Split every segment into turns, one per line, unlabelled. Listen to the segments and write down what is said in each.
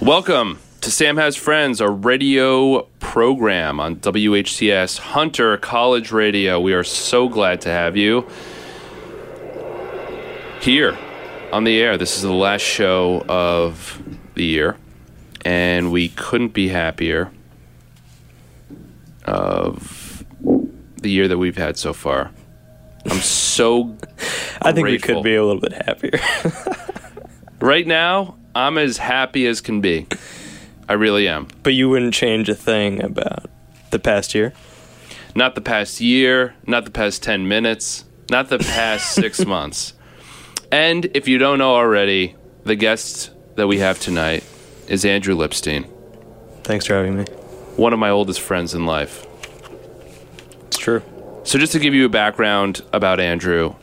Welcome to Sam Has Friends, a radio program on WHCS Hunter College Radio. We are so glad to have you here on the air. This is the last show of the year, and we couldn't be happier of the year that we've had so far. I'm so
I think we
grateful.
could be a little bit happier.
right now. I'm as happy as can be. I really am.
but you wouldn't change a thing about the past year.
not the past year, not the past 10 minutes, not the past six months. And if you don't know already, the guest that we have tonight is Andrew Lipstein,
Thanks for having me.
one of my oldest friends in life.
It's true.
So, just to give you a background about Andrew,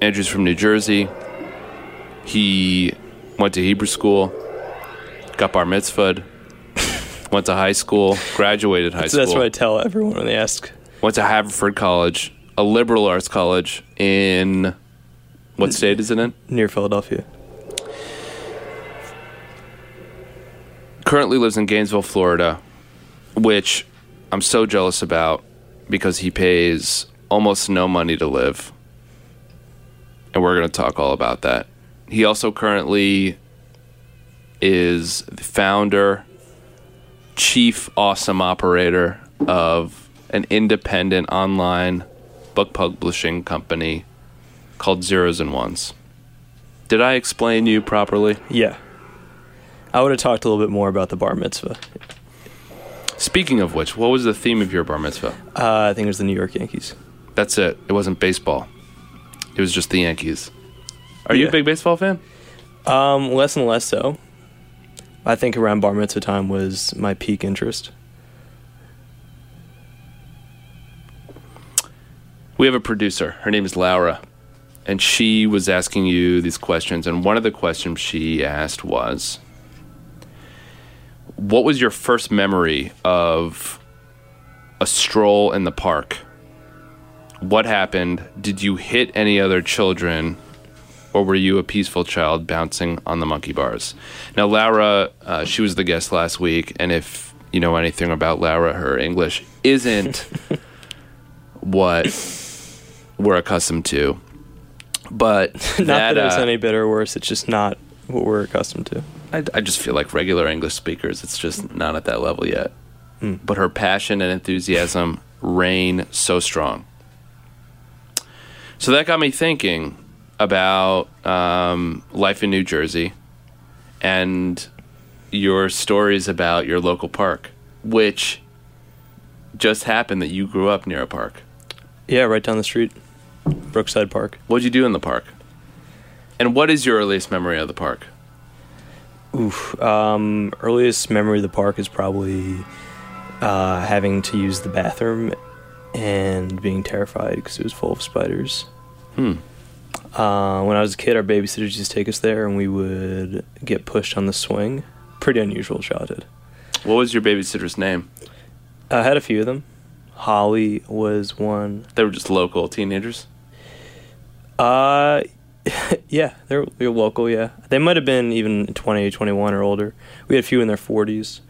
Andrew's from New Jersey. He went to Hebrew school, got bar mitzvahed, went to high school, graduated high
So
school.
that's what I tell everyone when they ask.
went to Haverford College, a liberal arts college in what state is it in?
Near Philadelphia.
Currently lives in Gainesville, Florida, which I'm so jealous about because he pays almost no money to live. And we're going to talk all about that. He also currently is the founder, chief awesome operator of an independent online book publishing company called Zeros and Ones. Did I explain you properly?
Yeah. I would have talked a little bit more about the bar mitzvah.
Speaking of which, what was the theme of your bar mitzvah?
Uh, I think it was the New York Yankees.
That's it. It wasn't baseball. It was just the Yankees. Are you a
Yeah.
big baseball fan?
Um, less and less so. I think around bar mitzvah time was my peak interest.
We have a producer. Her name is Laura. And she was asking you these questions. And one of the questions she asked was What was your first memory of a stroll in the park? What happened? Did you hit any other children? Or were you a peaceful child bouncing on the monkey bars? Now, Laura, uh, she was the guest last week. And if you know anything about Laura, her English isn't what we're accustomed to. But
Not that,
that,
it's
uh,
any better or worse. It's just not what we're accustomed to.
I, I just feel like regular English speakers, it's just not at that level yet. But her passion and enthusiasm reign so strong. So that got me thinking about um, life in New Jersey and your stories about your local park, which just happened that you grew up near a park.
Yeah, right down the street, Brookside Park.
What'd you do in the park? And what is your earliest memory of the park?
Oof. Um, earliest memory of the park is probably uh, having to use the bathroom and being terrified because it was full of spiders. Hmm. Uh, when I was a kid, our babysitters used to take us there, and we would get pushed on the swing. Pretty unusual childhood.
What was your babysitter's name?
I had a few of them. Holly was one.
They were just local teenagers.
Uh, yeah, they're, they're local, yeah. They might have been even 20, 21 or older. We had a few in their 40s,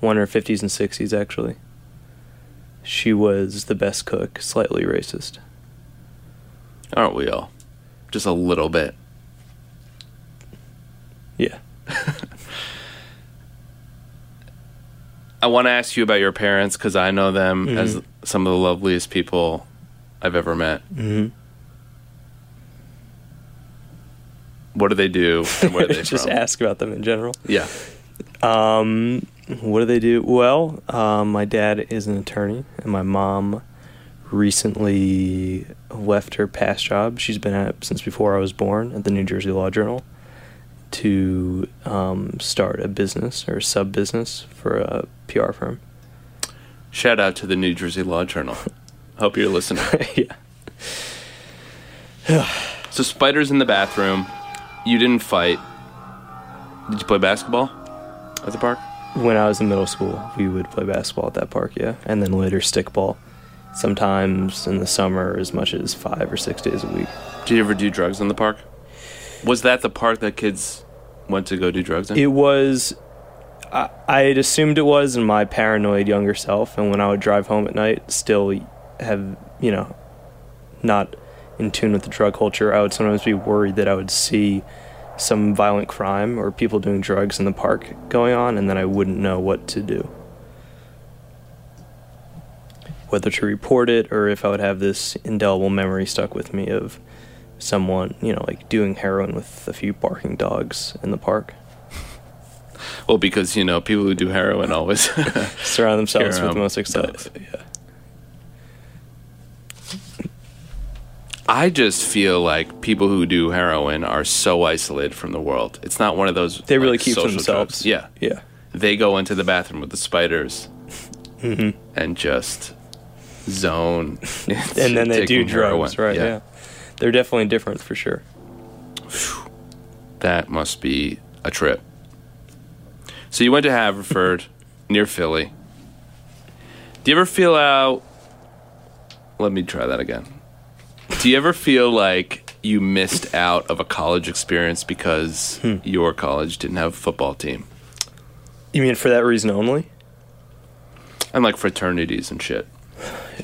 one in her 50s and 60s, actually. She was the best cook, slightly racist.
Aren't we all? Just a little bit.
Yeah.
I want to ask you about your parents because I know them
Mm-hmm.
as some of the loveliest people I've ever met.
Mhm.
What do they do? And where are they
Just
from?
ask about them in general.
Yeah.
Um, what do they do? Well, um, my dad is an attorney, and my mom recently left her past job. She's been at since before I was born at the New Jersey Law Journal to um, start a business or sub business for a PR firm.
Shout out to the New Jersey Law Journal. Hope you're listening.
yeah.
so spiders in the bathroom. You didn't fight. Did you play basketball at the park?
When I was in middle school, we would play basketball at that park, yeah, and then later stickball. Sometimes in the summer, as much as five or six days a week.
Did you ever do drugs in the park? Was that the park that kids went to go do drugs in?
It was, I, I had assumed it was in my paranoid younger self, and when I would drive home at night, still have, you know, not in tune with the drug culture, I would sometimes be worried that I would see some violent crime or people doing drugs in the park going on, and then I wouldn't know what to do. Whether to report it or if I would have this indelible memory stuck with me of someone, you know, like doing heroin with a few barking dogs in the park.
well, because you know people who do heroin always.
surround themselves
Here,
with the
um,
most excited. Yeah.
I just feel like people who do heroin are so isolated from the world. It's not one of those
They really
like,
keep to
social
themselves.
drugs. Yeah,
Yeah.
they go into the bathroom with the spiders
Mm-hmm.
and just zone.
And then they do drugs, right? Yeah. They're definitely different for sure.
that must be a trip. So you went to Haverford, near Philly. Do you ever feel out? Let me try that again. Do you ever feel like you missed out of a college experience because
Hmm.
your college didn't have a football team
You mean for that reason only?
and like fraternities and shit?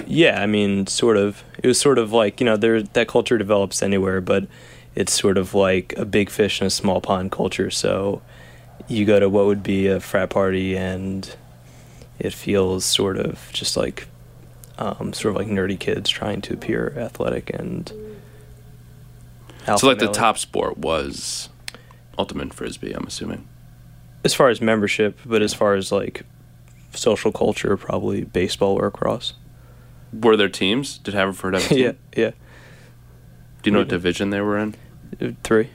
Yeah, I mean, sort of. It was sort of like you know, there that culture develops anywhere, but it's sort of like a big fish in a small pond culture. So you go to what would be a frat party, and it feels sort of just like um, sort of like nerdy kids trying to appear athletic and. alpha
so like the
male.
top sport was ultimate frisbee. I'm assuming.
as far as membership, but as far as like social culture, probably baseball or cross.
Were there teams? Did Haverford have a team?
yeah, yeah,
Do you know what division they were in?
Uh, three.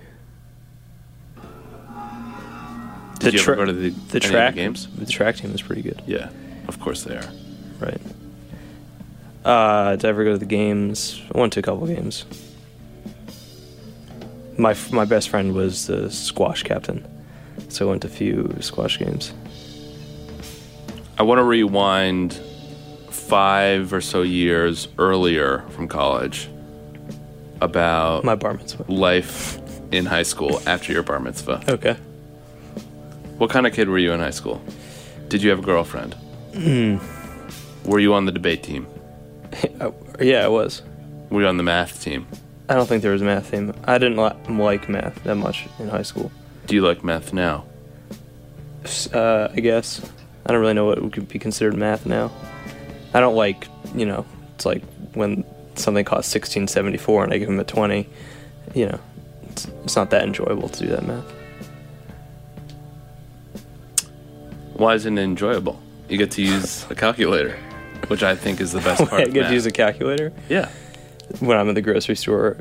Did
The
you
tra-
ever go to the,
The
any of
track
the games?
The track team is pretty good,
Yeah, of course they are.
right? Uh, did I ever go to the games? I went to a couple games. My f- my best friend was the squash captain, so I went to a few squash games.
I want to rewind five or so years earlier from college about
My bar mitzvah.
life in high school after your bar mitzvah.
Okay.
What kind of kid were you in high school? Did you have a girlfriend?
Hmm.
Were you on the debate team?
Oh, yeah, I was.
Were you on the math team?
I don't think there was a math theme. I didn't li- like math that much in high school.
Do you like math now?
uh, I guess. I don't really know what would be considered math now. I don't like, you know, it's like when something costs sixteen seventy four and I give them a twenty. You know, it's, it's not that enjoyable to do that math.
Why isn't it enjoyable? You get to use a calculator, which I think is the best part.
I
of
get
math.
to use a calculator
yeah,
when I'm at the grocery store.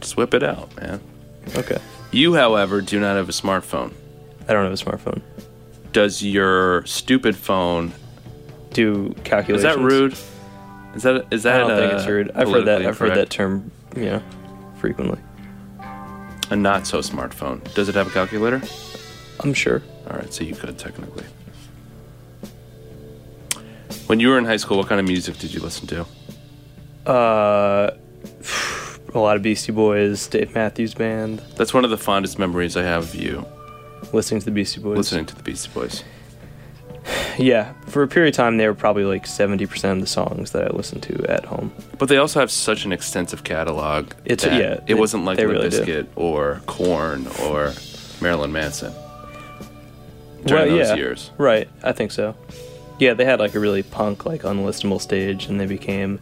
just whip it out, man.
Okay,
You, however, do not have a smartphone.
I don't have a smartphone.
Does your stupid phone
Do
Is
calculations?
that rude? Is that is
I
that?
don't think
uh,
it's rude. I've heard that.
politically
I've heard that
correct?
term, you know, frequently.
A not so smartphone. Does it have a calculator?
I'm sure.
All right, so you could technically. When you were in high school, what kind of music did you listen to?
Uh, a lot of Beastie Boys, Dave Matthews Band,
That's one of the fondest memories I have of you
listening to the Beastie Boys.
listening to the Beastie Boys.
Yeah, for a period of time, they were probably like 70% of the songs that I listened to at home.
But they also have such an extensive catalog.
It's-
that
yeah,
It
they-
wasn't like
they
Limp
really do.
Bizkit or Corn or Marilyn Manson during
Well,
those
yeah.
years.
Right, I think so. Yeah, they had like a really punk, like unlistenable stage, and they became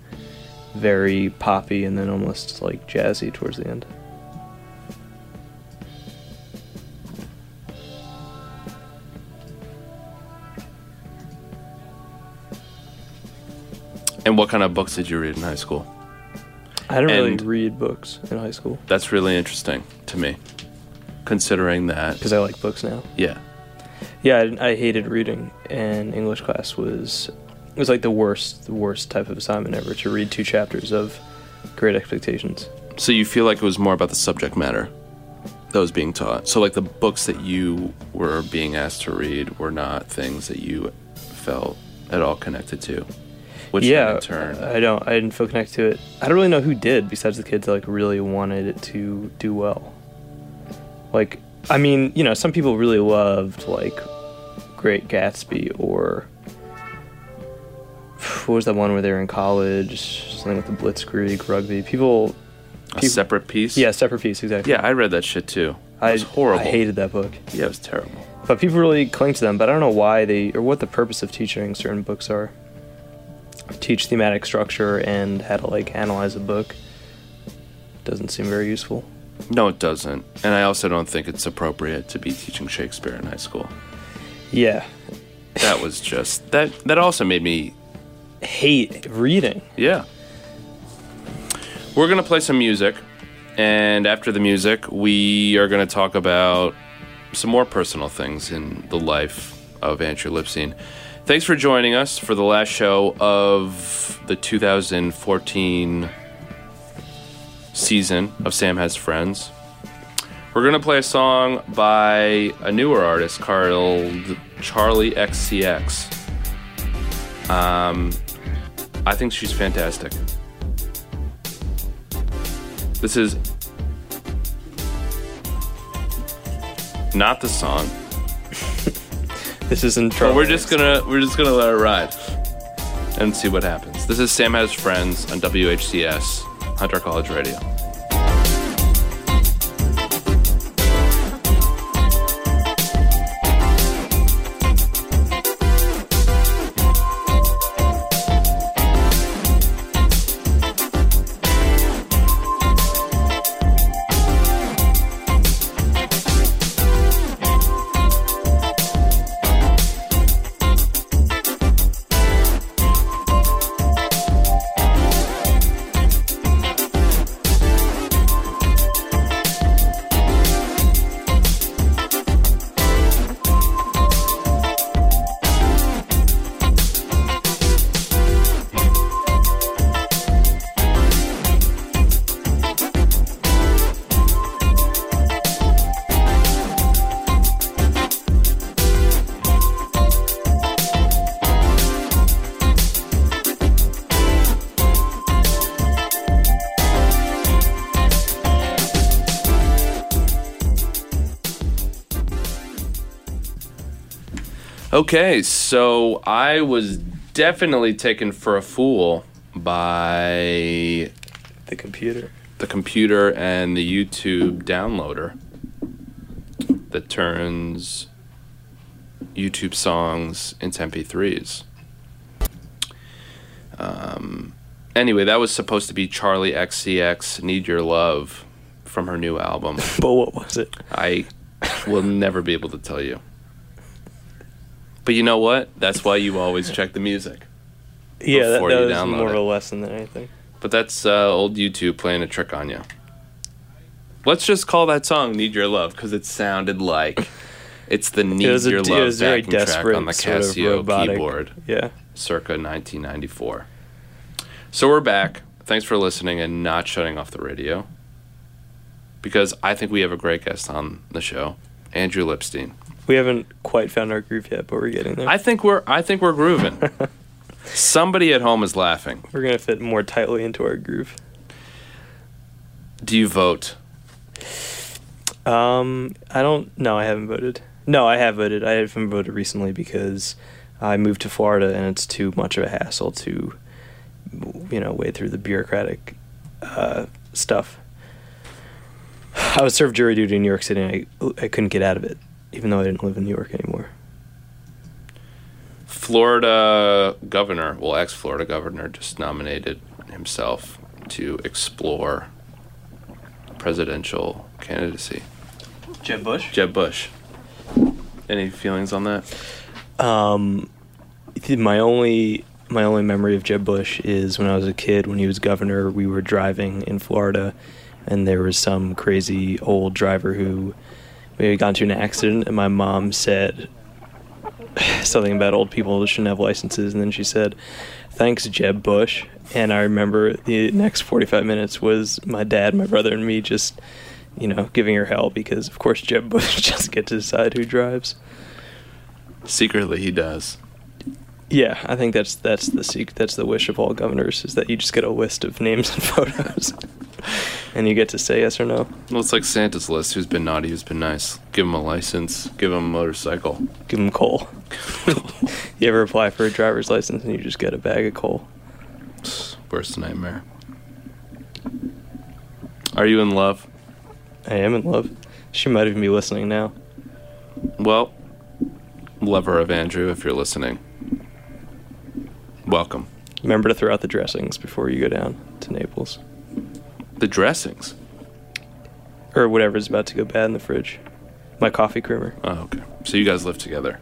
very poppy and then almost like jazzy towards the end.
And what kind of books did you read in high school?
I didn't
And-
really read books in high school
That's really interesting to me, considering that.
because I like books now.
Yeah.
Yeah, I, didn't- I hated reading, and English class was It was like the worst, the worst type of assignment ever to read two chapters of Great Expectations.
So you feel like it was more about the subject matter that was being taught. So like the books that you were being asked to read were not things that you felt at all connected to. Which then
yeah, uh,
in turn
I don't. I didn't feel connected to it. I don't really know who did besides the kids that like really wanted it to do well. Like, I mean, you know, some people really loved like Great Gatsby or what was that one where they were in college? Something with the Blitzkrieg rugby. People,
a
people-
separate piece.
yeah, separate piece exactly.
Yeah, I read that shit too. It
I
was horrible.
I hated that book.
Yeah, it was terrible.
But people really cling to them, but I don't know why they or what the purpose of teaching certain books are. Teach thematic structure and how to like analyze a book doesn't seem very useful.
No, it doesn't. And I also don't think it's appropriate to be teaching Shakespeare in high school.
Yeah,
That was just that that also made me
hate reading.
Yeah. We're going to play some music. And after the music, we are going to talk about some more personal things in the life of Andrew Lipstein. Thanks for joining us for the last show of the 2014 season of Sam Has Friends. We're going to play a song by a newer artist called Charlie XCX. I think she's fantastic. This is not the song.
This isn't
But
trouble.
we're just gonna we're just gonna let it ride and see what happens. This is Sam Has Friends on WHCS, Hunter College Radio. Okay, so I was definitely taken for a fool by
the computer.
the computer and the YouTube downloader that turns YouTube songs into MP3s. Um, anyway, that was supposed to be Charlie XCX Need Your Love from her new album.
But what was it?
I will never be able to tell you. But you know what? That's why you always check the music.
Yeah, that,
Before
that
you
was
download
more
it.
of a lesson than anything.
But that's uh, old YouTube playing a trick on you. Let's just call that song "Need Your Love" because it sounded like it's the "Need
was a-
Your
it
Love"
was very
backing track on
desperate,
the
sort of
Casio
robotic.
keyboard,
Yeah,
circa 1994. So we're back. Thanks for listening and not shutting off the radio, because I think we have a great guest on the show, Andrew Lipstein.
we haven't quite found our groove yet, but we're getting there.
I think we're I think we're grooving. Somebody at home is laughing.
we're gonna fit more tightly into our groove.
Do you vote?
Um, I don't. No, I haven't voted. No, I have voted. I haven't voted recently because I moved to Florida and it's too much of a hassle to, you know, wade through the bureaucratic uh, stuff. I was served jury duty in New York City and I, I couldn't get out of it, even though I didn't live in New York anymore.
Florida governor, well, ex Florida governor, just nominated himself to explore presidential candidacy.
Jeb Bush.
Jeb Bush. Any feelings on that?
Um, my only my only memory of Jeb Bush is when I was a kid, when he was governor, we were driving in Florida, and there was some crazy old driver who we had gotten into an accident, and my mom said, something about old people that shouldn't have licenses, and then she said, "Thanks, Jeb Bush." And I remember the next forty-five minutes was my dad, my brother, and me just, you know, giving her hell because of course Jeb Bush just gets to decide who drives.
Secretly, he does.
Yeah, I think that's that's the sec- that's the wish of all governors is that you just get a list of names and photos, and you get to say yes or no.
Well, it's like Santa's list. Who's been naughty? Who's been nice? Give him a license. Give him a motorcycle.
Give them coal. you ever apply for a driver's license and you just get a bag of coal?
Worst nightmare. Are you in love?
I am in love. She might even be listening now.
Well, lover of Andrew, if you're listening, welcome.
Remember to throw out the dressings before you go down to Naples
The dressings.
or whatever's about to go bad in the fridge. My coffee creamer.
Oh, okay. So you guys live together.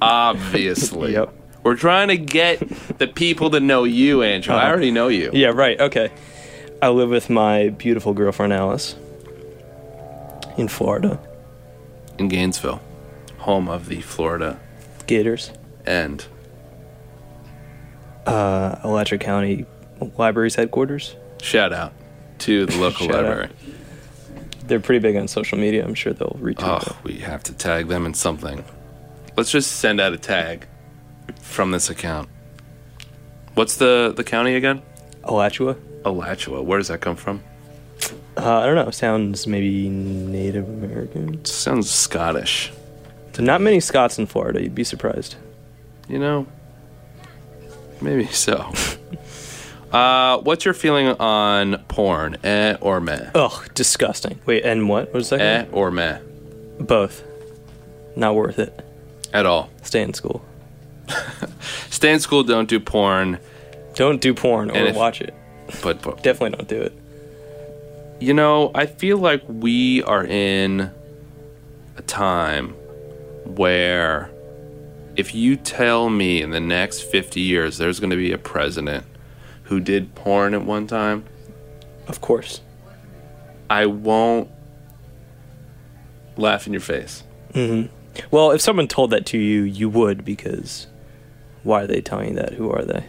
Obviously.
Yep.
We're trying to get the people to know you, Andrew. I
Uh-huh.
already know you.
Yeah, right. Okay. I live with my beautiful girlfriend Alice in Florida.
In Gainesville, home of the Florida
Gators.
and
uh, Alachua County Library's headquarters.
shout out to the local
Shout out.
library.
They're pretty big on social media. I'm sure they'll retweet
Oh, we have to tag them in something. Let's just send out a tag from this account. What's the the county again?
that. Alachua.
Alachua. Where does that come from?
Uh, I don't know. Sounds maybe Native American.
Sounds Scottish.
Not many Scots in Florida. You'd be surprised.
You know, maybe so. uh, what's your feeling on porn? Eh or meh?
Ugh, disgusting. Wait, and what was that?
Eh or meh?
Both. Not worth it.
At all.
Stay in school.
Stay in school, don't do porn,
Don't do porn or
And if-
watch it.
but, but
Definitely don't do it.
You know, I feel like we are in a time where if you tell me in the next 50 years there's going to be a president who did porn at one time,
Of course.
I won't laugh in your face.
Well, if someone told that to you, you would because why are they telling you that? Who are they?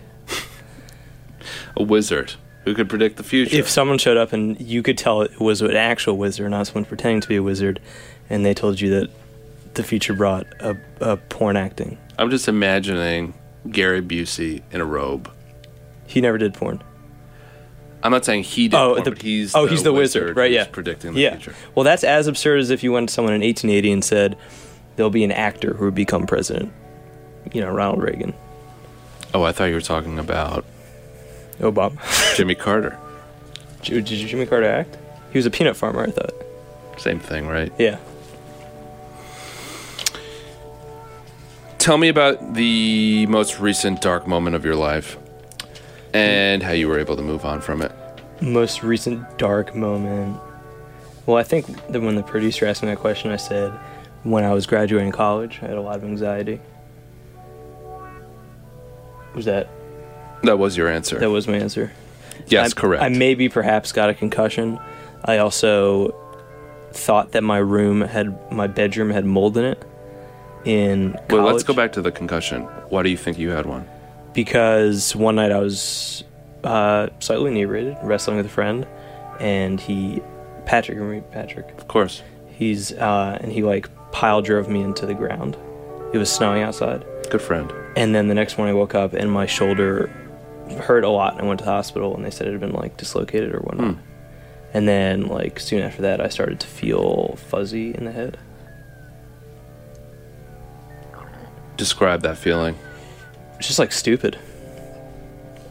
A wizard who could predict the future.
If someone showed up and you could tell it was an actual wizard, not someone pretending to be a wizard, and they told you that the future brought a, a porn acting.
I'm just imagining Gary Busey in a robe.
He never did porn.
I'm not saying he did
Oh,
porn,
the-
but he's
oh,
the
he's the wizard, right,
who's
yeah.
predicting the
Yeah.
future.
Well, that's as absurd as if you went to someone in 1880 and said, "There'll be an actor who would become president." You know, Ronald Reagan,
Oh, I thought you were talking about
Obama.
Jimmy Carter.
Oh, Did did Jimmy Carter act? He was a peanut farmer, I thought.
Same thing, right?
Yeah.
Tell me about the most recent dark moment of your life and how you were able to move on from it.
most recent dark moment. Well, I think that when the producer asked me that question, I said when I was graduating college, I had a lot of anxiety. Was that
That was your answer.
that was my answer?
yes,
I-
correct.
I maybe perhaps got a concussion. I also thought that my room had my bedroom had mold in it. In
Wait, let's
college.
go back to the concussion. Why do you think you had one?
because one night I was uh, slightly inebriated, wrestling with a friend, and he, Patrick, remember Patrick,
Of course.
He's uh, and he like pile drove me into the ground. It was snowing outside,
Good friend.
and then the next morning I woke up and my shoulder hurt a lot, and I went to the hospital, and they said it had been like dislocated or whatnot.
Hmm.
And then like soon after that, I started to feel fuzzy in the head.
Describe that feeling.
It's just like stupid.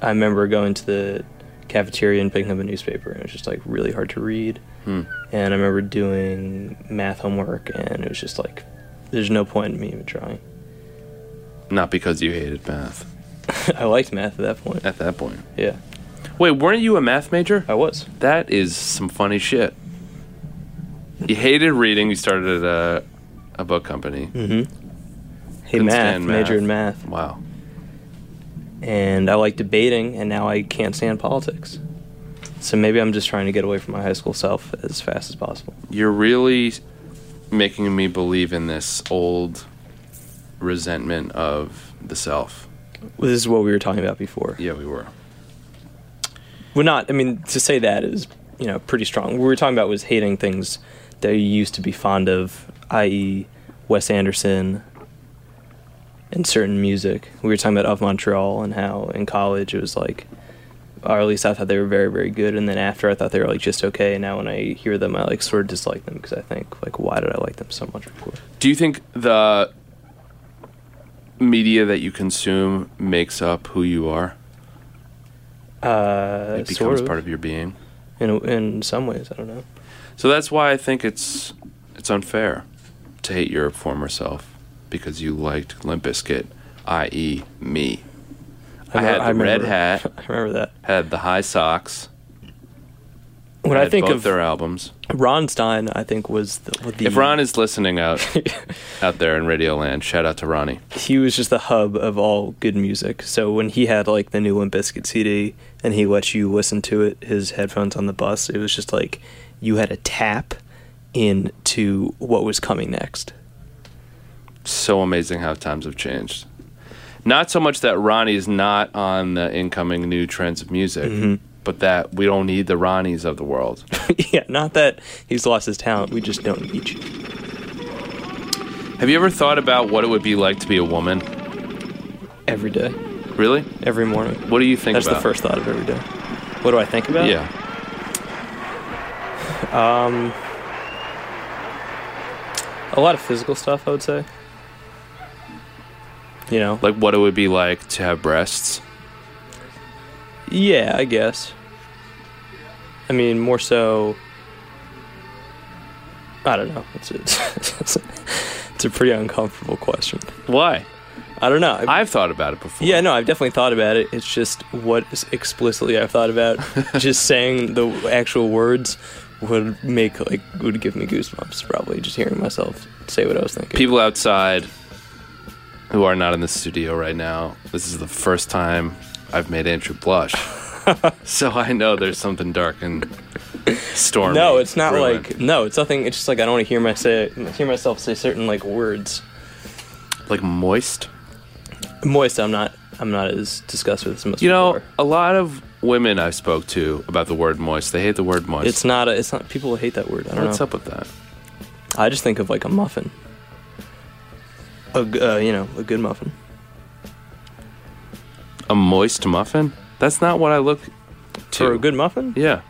I remember going to the cafeteria and picking up a newspaper, and it was just like really hard to read.
Hmm.
And I remember doing math homework, and it was just like, there's no point in me even trying.
Not because you hated math
I liked math at that point.
at that point.
Yeah,
Wait, weren't you a math major?
I was.
That is some funny shit. You hated reading. You started at a, a book company.
Mm-hmm. Hey,
Couldn't
math,
stand
major in math,
Wow.
and I like debating, and now I can't stand politics. So maybe I'm just trying to get away from my high school self as fast as possible.
you're really making me believe in this old resentment of the self.
Well, this is what we were talking about before.
Yeah, we were.
We're not. I mean, to say that is you know pretty strong. What we were talking about was hating things that you used to be fond of, i.e., Wes Anderson and certain music. We were talking about of Montreal and how in college it was like, or at least I thought they were very very good, and then after I thought they were like just okay. And now when I hear them, I like sort of dislike them because I think like why did I like them so much before?
Do you think the media that you consume makes up who you are?
Uh,
It becomes
sort of.
part of your being.
in in some ways, I don't know.
So that's why I think it's it's unfair to hate your former self because you liked Limp Bizkit, i.e., me. I, had the
remember-
red hat,
I remember that.
had the high socks.
When
had
I think
both
of
their albums,
Ron Stein, I think was the, the
if Ron is listening out out there in Radioland, shout out to Ronnie.
he was just the hub of all good music. So when he had like the new Limp Bizkit CD and he let you listen to it, his headphones on the bus, it was just like you had a tap into what was coming next.
so amazing how times have changed. Not so much that Ronnie's not on the incoming new trends of music,
Mm-hmm.
but that we don't need the Ronnies of the world.
yeah, not that he's lost his talent. We just don't need you.
have you ever thought about what it would be like to be a woman?
Every day,
Really?
every morning.
What do you think
That's
about?
the first thought of every day. What do I think about?
Yeah.
A lot of physical stuff, I would say. You know?
Like what it would be like to have breasts.
Yeah, I guess. I mean, more so. I don't know. It's a, it's a, it's a pretty uncomfortable question.
Why?
I don't know. I,
I've thought about it before.
yeah, no, I've definitely thought about it. It's just what is explicitly I've thought about. just saying the actual words would make like would give me goosebumps. Probably just hearing myself say what I was thinking.
People outside who are not in the studio right now, this is the first time I've made Andrew blush. so I know there's something dark and stormy.
No, it's not
brewing.
like no, it's nothing. It's just like I don't want to hear my say hear myself say certain like words.
like moist.
Moist, I'm not. I'm not as disgusted with as most
You
people
know,
are.
a lot of women I spoke to about the word moist, they hate the word moist.
It's not. A, it's not. People hate that word. I don't
What's
know.
up with that?
I just think of like a muffin. A g- uh, you know a good muffin.
A moist muffin? That's not what I look to.
For a good muffin,
yeah.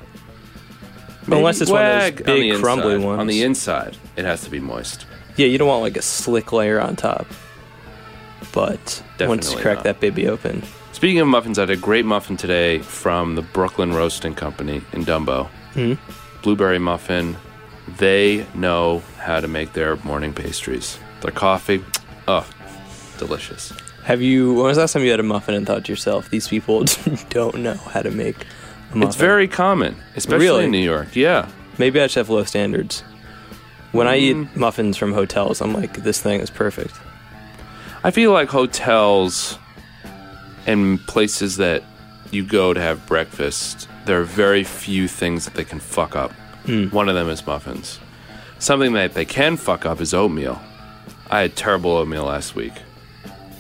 Unless it's one of those
wag
big
the
crumbly
inside. On
ones.
the inside, it has to be moist.
yeah, you don't want like a slick layer on top. But once you
Definitely
crack
not.
that baby open,
Speaking of muffins, I had a great muffin today from the Brooklyn Roasting Company in Dumbo.
Mhm.
Blueberry muffin. They know how to make their morning pastries. Their coffee, oh, delicious.
have you? When was the last time you had a muffin and thought to yourself, these people don't know how to make a muffin?
It's very common, especially
Really?
in New York. Yeah.
Maybe I should have low standards. When I
Mm.
eat muffins from hotels, I'm like, this thing is perfect.
I feel like hotels and places that you go to have breakfast, there are very few things that they can fuck up.
Hmm.
One of them is muffins. Something that they can fuck up is oatmeal. I had terrible oatmeal last week.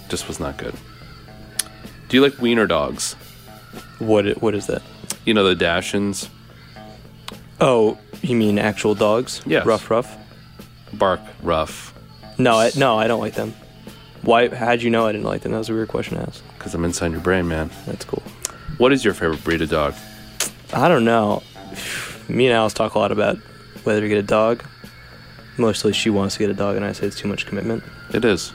Just was not good. Do you like wiener dogs?
What? i- What is that?
You know the Dachshunds?
Oh, you mean actual dogs?
Yes.
Rough, rough.
Bark rough
No, I, no, I don't like them. Why? How'd you know I didn't like them? That was a weird question to ask.
because I'm inside your brain, man.
That's cool.
What is your favorite breed of dog?
I don't know. Me and Alice talk a lot about whether to get a dog. Mostly, she wants to get a dog, and I say it's too much commitment.
It is.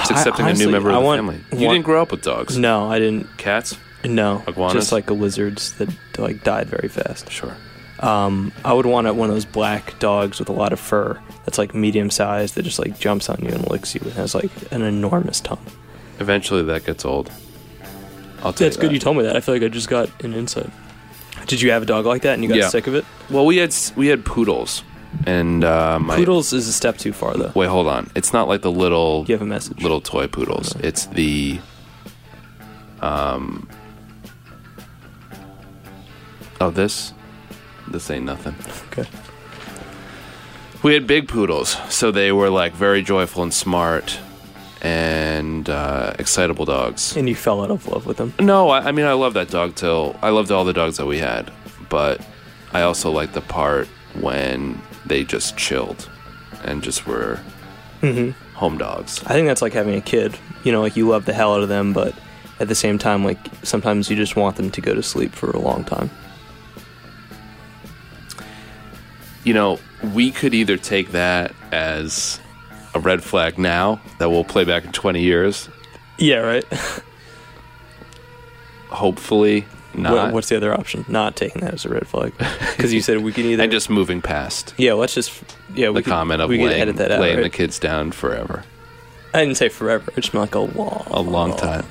It's accepting
honestly-
a new member of
I
the
want-
family. You
want-
didn't grow up with dogs.
No, I didn't.
Cats?
No,
Iguanas?
just like the lizards that like died very fast.
Sure.
Um, I would want one of those black dogs with a lot of fur that's like medium sized that just like jumps on you and licks you and has like an enormous tongue.
Eventually, that gets old. I'll tell
That's
you
good
that.
you told me that. I feel like I just got an insight. Did you have a dog like that and you got
Yeah.
sick of it?
well, we had s- we had poodles, and uh, my
Poodles is a step too far though.
Wait, hold on. It's not like the little
You have a message.
little toy poodles. It's the um. Oh, this, this ain't nothing.
Okay.
We had big poodles, so they were like very joyful and smart, and uh, excitable dogs.
And you fell out of love with them.
No, I, I mean I love that dog till I loved all the dogs that we had, but I also like the part when they just chilled and just were
Mm-hmm.
home dogs.
I think that's like having a kid. You know, like you love the hell out of them, but at the same time, like sometimes you just want them to go to sleep for a long time.
You know, we could either take that as a red flag now that we'll play back in 20 years.
Yeah, right.
Hopefully not.
What, what's the other option? Not taking that as a red flag because you said we can either
and just moving past
yeah. Let's just yeah.
the
We could,
comment of
we could
laying,
edit that out.
laying the
Right?
kids down forever.
I didn't say forever. It's like a long,
A long
Oh.
time.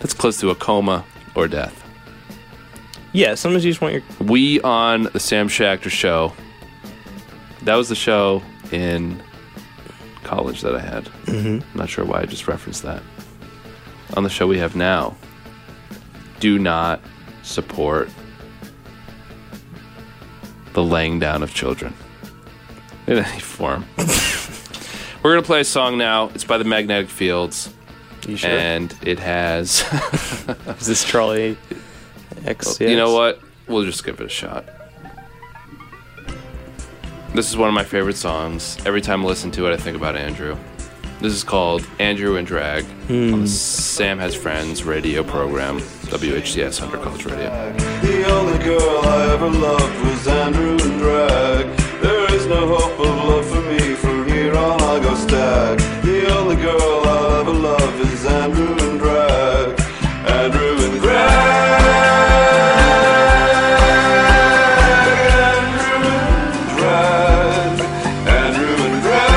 That's close to a coma or death.
Yeah, sometimes you just want your
We on the Sam Schachter show. That was the show in college that I had. Mm-hmm. Not sure why I just referenced that. On the show we have now, do not support the laying down of children in any form. We're going to play a song now. It's by the Magnetic Fields,
you sure.
and it has.
Is this Charlie X?
You
yes?
know what? We'll just give it a shot. This is one of my favorite songs. Every time I listen to it, I think about Andrew. This is called Andrew and Drag on the Sam Has Friends radio program, WHCS Hunter College Radio.
The only girl I ever loved was Andrew and Drag. There is no hope of love for me, from here on I go stag. The only girl I'll ever love is Andrew and Drag. Andrew and Drag. Andrew and Drag.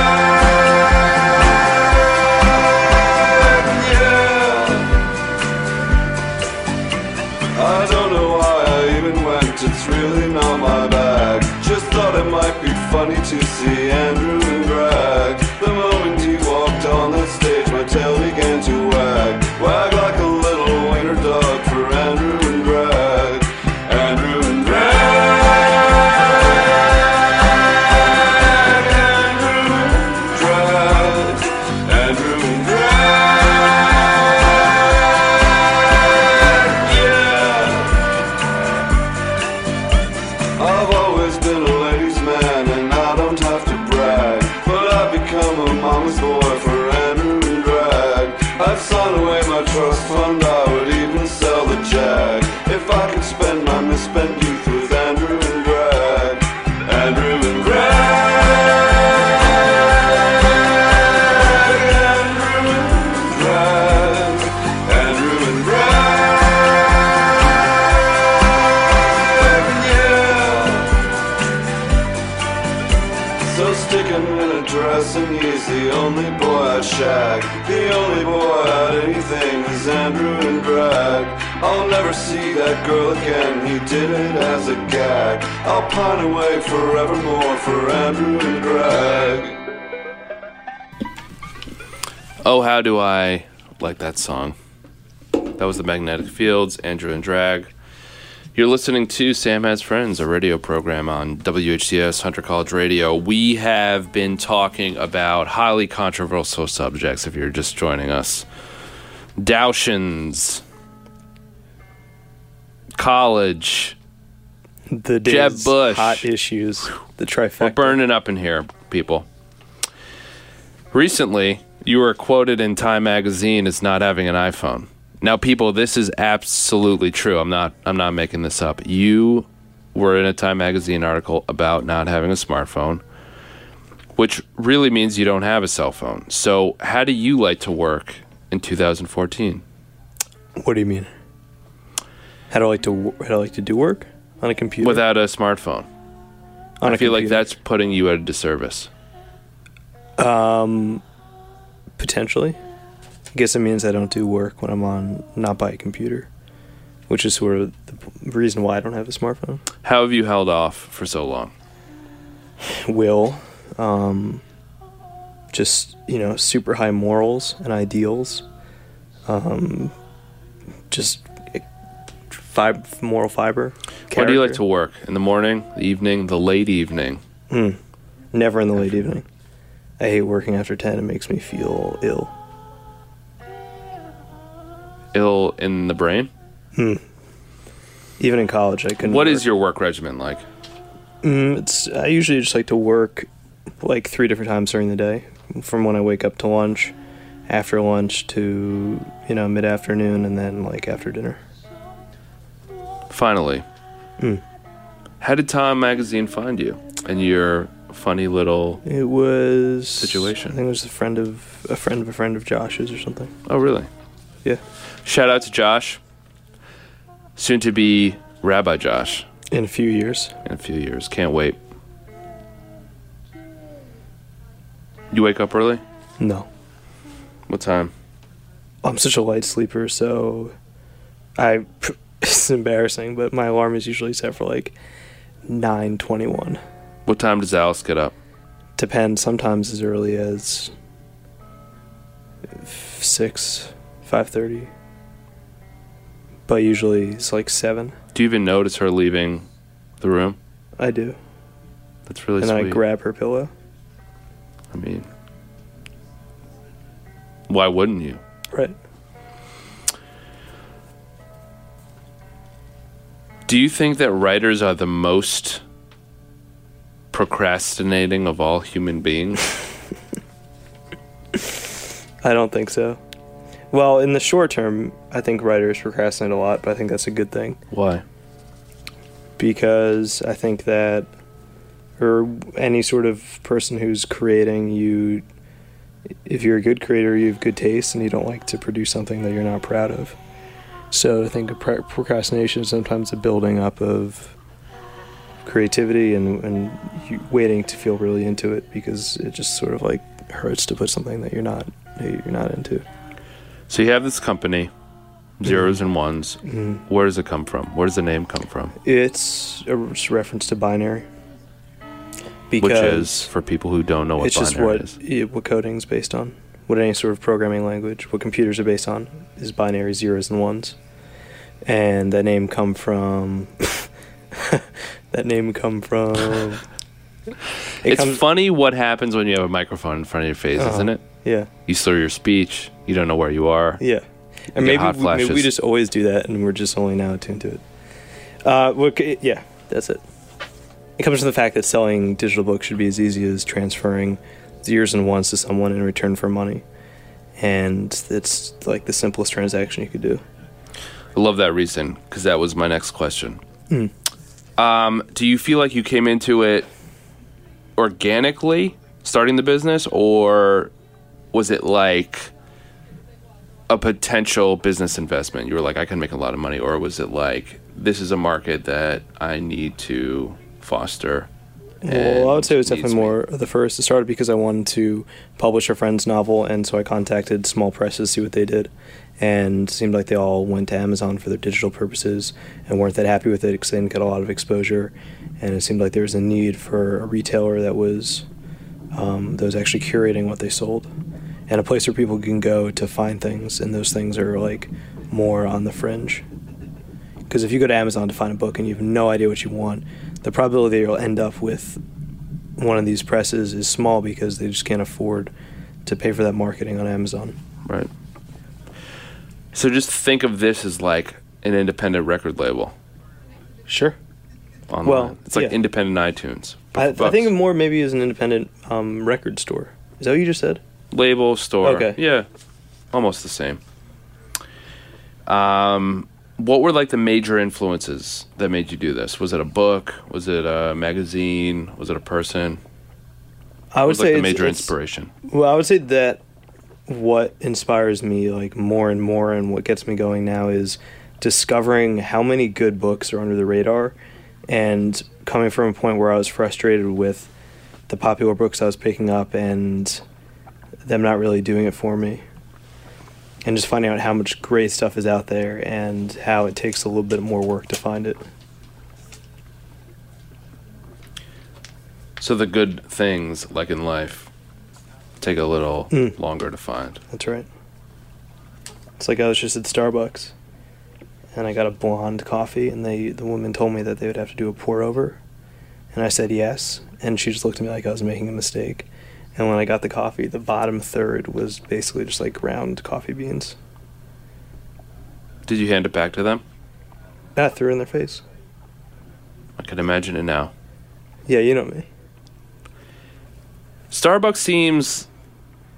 Yeah. I don't know why I even went, it's really not my bag. Just thought it might be funny to see Andrew and Greg. The moment he walked on the stage, my tail began to wag. Wag like a little wiener dog for Andrew and Greg. Andrew and Greg. Andrew and Greg. Yeah. I've always been a ladies' man, and I don't have to brag. But I've become a mama's boy for Andrew and drag. I'd sign away my trust fund, I would even sell the jag. If I could spend my misspent youth with Andrew and drag. Andrew and drag. Andrew and drag. Yeah. So stick him in a dress and he's the only boy I'd shag. The only boy I'd anything is Andrew and Greg. I'll never see that girl again, he did it as a gag. I'll pine away forevermore for Andrew and Greg.
Oh, how do I like that song? That was the Magnetic Fields, Andrew and Drag. You're listening to Sam Has Friends, a radio program on WHCS Hunter College Radio. We have been talking about highly controversial subjects if you're just joining us. Dowshins, college.
the day's
Bush.
hot issues, the
We're
trifecta.
burning up in here, people. Recently, you were quoted in Time magazine as not having an iPhone. Now, people, this is absolutely true. I'm not I'm not making this up. You were in a Time magazine article about not having a smartphone, which really means you don't have a cell phone. So, how do you like to work in 2014?
What do you mean? How do I like to wo- how do I like to do work on a computer?
Without a smartphone. I
on a
feel like
computer?
that's putting you at a disservice.
potentially. I guess it means I don't do work when I'm on not by a computer, which is sort of the p- reason why I don't have a smartphone.
How have you held off for so long?
Will, um, just you know, super high morals and ideals, um, just eh, fib- moral fiber.
Where do you like
character.
to work? In the morning, the evening, the late evening?
Never in the late evening. I hate working after 10. It makes me feel ill.
ill in the brain.
Even in college, I couldn't.
What
work.
is your work regimen like?
Mm, it's I usually just like to work like three different times during the day, from when I wake up to lunch, after lunch to you know mid afternoon, and then like after dinner.
Finally,
Hmm.
how did Time Magazine find you and your funny little?
It was
Situation.
I think it was a friend of a friend of a friend of Josh's or something.
Oh, really?
Yeah,
Shout out to Josh, soon to be Rabbi Josh
in a few years.
in a few years. Can't wait. You wake up early?
No,
What time?
I'm such a light sleeper, so I. It's embarrassing, but my alarm is usually set for like nine twenty one.
What time does Alice get up?
depend sometimes as early as f- 6 5.30 but usually it's like 7
Do you even notice her leaving the room?
i do
That's really
and
sweet.
i grab her pillow
I mean, why wouldn't you?
right
Do you think that writers are the most procrastinating of all human beings?
i don't think so well in the short term i think writers procrastinate a lot but i think that's a good thing
why?
because I think that, or any sort of person who's creating, you, if you're a good creator, you have good taste and you don't like to produce something that you're not proud of. So I think pro- procrastination is sometimes a building up of creativity and, and you waiting to feel really into it because it just sort of like hurts to put something that you're not that you're not into.
So you have this company, zeros and ones. Where does it come from? Where does the name come from?
It's a re- reference to binary.
Which is for people who don't know what
it's just
binary
what
is.
yeah, what coding's based on, what any sort of programming language, what computers are based on is binary zeros and ones, and that name come from that name come from. It
It's
comes-
funny what happens when you have a microphone in front of your face,
Uh-huh.
isn't it?
yeah,
You slur your speech. You don't know where you are.
yeah,
You
and
get
maybe
hot
we, maybe we
flashes.
just always do that, and we're just only now attuned to it. Uh, well, c- yeah, that's it. It comes from the fact that selling digital books should be as easy as transferring zeros and ones to someone in return for money. And it's like the simplest transaction you could do.
I love that reason because that was my next question. Um, do you feel like you came into it organically, starting the business, or was it like a potential business investment? You were like, I can make a lot of money, or was it like this is a market that I need to foster?
Well, I would say it was
and needs
definitely
me?
more of the first. It started because I wanted to publish a friend's novel, and so I contacted small presses to see what they did. And it seemed like they all went to Amazon for their digital purposes and weren't that happy with it because they didn't get a lot of exposure. And it seemed like there was a need for a retailer that was um, that was actually curating what they sold, and a place where people can go to find things. And those things are like more on the fringe. Because if you go to Amazon to find a book and you have no idea what you want, the probability that you'll end up with one of these presses is small because they just can't afford to pay for that marketing on Amazon.
Right. So just think of this as like an independent record label.
Sure.
Online.
Well,
it's like
yeah.
independent iTunes.
I,
But for
I think
bucks.
more maybe is an independent um, record store. Is that what you just said?
label store.
Okay.
Yeah, almost the same. Um, what were like the major influences that made you do this? Was it a book? Was it a magazine? Was it a person?
I would
was like the
it's-
major
it's-
inspiration?
Well, I would say that what inspires me like more and more and what gets me going now is discovering how many good books are under the radar and coming from a point where I was frustrated with the popular books I was picking up and them not really doing it for me. And just finding out how much great stuff is out there and how it takes a little bit more work to find it.
So the good things, like in life, take a little
Mm.
longer to find.
That's right. It's like I was just at Starbucks, and I got a blonde coffee, and they the woman told me that they would have to do a pour over, and I said yes, and she just looked at me like I was making a mistake, and when I got the coffee, the bottom third was basically just like ground coffee beans.
Did you hand it back to them?
I threw it in their face.
I can imagine it now.
Yeah, you know me.
Starbucks seems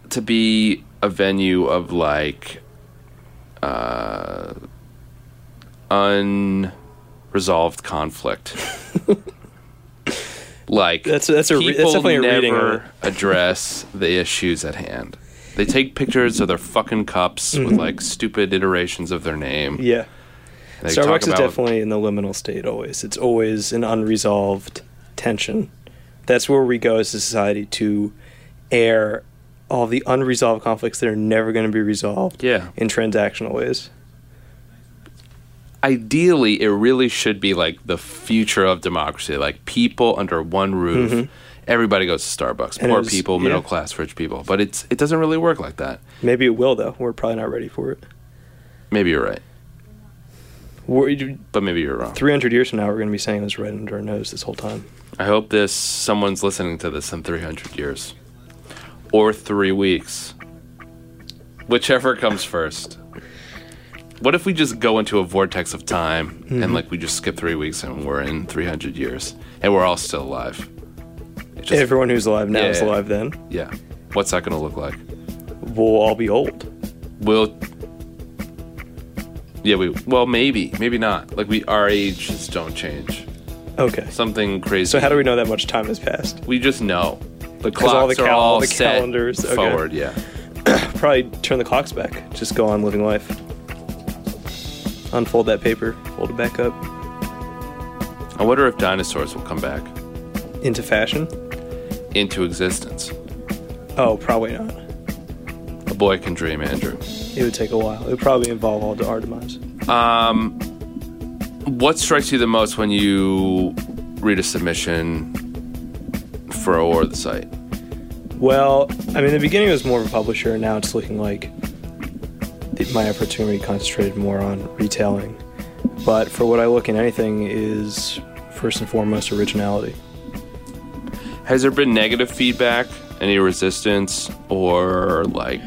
to be a venue of like uh, unresolved conflict. like
That's- that's a re- that's
people
definitely a
never
reading of
address the issues at hand. They take pictures of their fucking cups with like stupid iterations of their name.
Mm-hmm. Yeah.
They talk
Starbucks is
about-
definitely in the liminal state always. It's always an unresolved tension. That's where we go as a society to air all the unresolved conflicts that are never going to be resolved
Yeah.
in transactional ways.
ideally it really should be like the future of democracy like people under one roof everybody goes to starbucks
Mm-hmm. And it
poor
was-
people middle
yeah.
class rich people but it's it doesn't really work like that
Maybe it will though. We're probably not ready for it.
maybe you're right
We're,
but maybe you're wrong
300 years from now we're going to be saying this right under our nose this whole time.
i hope this someone's listening to this in 300 years or three weeks whichever comes first what if we just go into a vortex of time
Mm-hmm.
and like we just skip three weeks and we're in 300 years and we're all still alive It just-
Everyone who's alive now is
Yeah.
alive then.
yeah what's that gonna look like
We'll all be old.
We'll. Yeah, we. Well, maybe, maybe not. Like we, our ages don't change.
Okay.
Something crazy.
So how do we know that much time has passed?
We just know. The
'Cause
clocks
all the
are
cal-
all
the
set
calendars, okay.
forward. Yeah.
Probably turn the clocks back. Just go on living life. Unfold that paper, fold it back up
I wonder if dinosaurs will come back
into fashion.
into existence.
Oh, probably not.
A boy can dream, Andrew.
It would take a while. It would probably involve all the our demise.
What strikes you the most when you read a submission for or the site?
Well, I mean, in the beginning it was more of a publisher, and now it's looking like it- my efforts are going to be concentrated more on retailing. But for what I look in anything is first and foremost originality.
Has there been negative feedback, any resistance, or like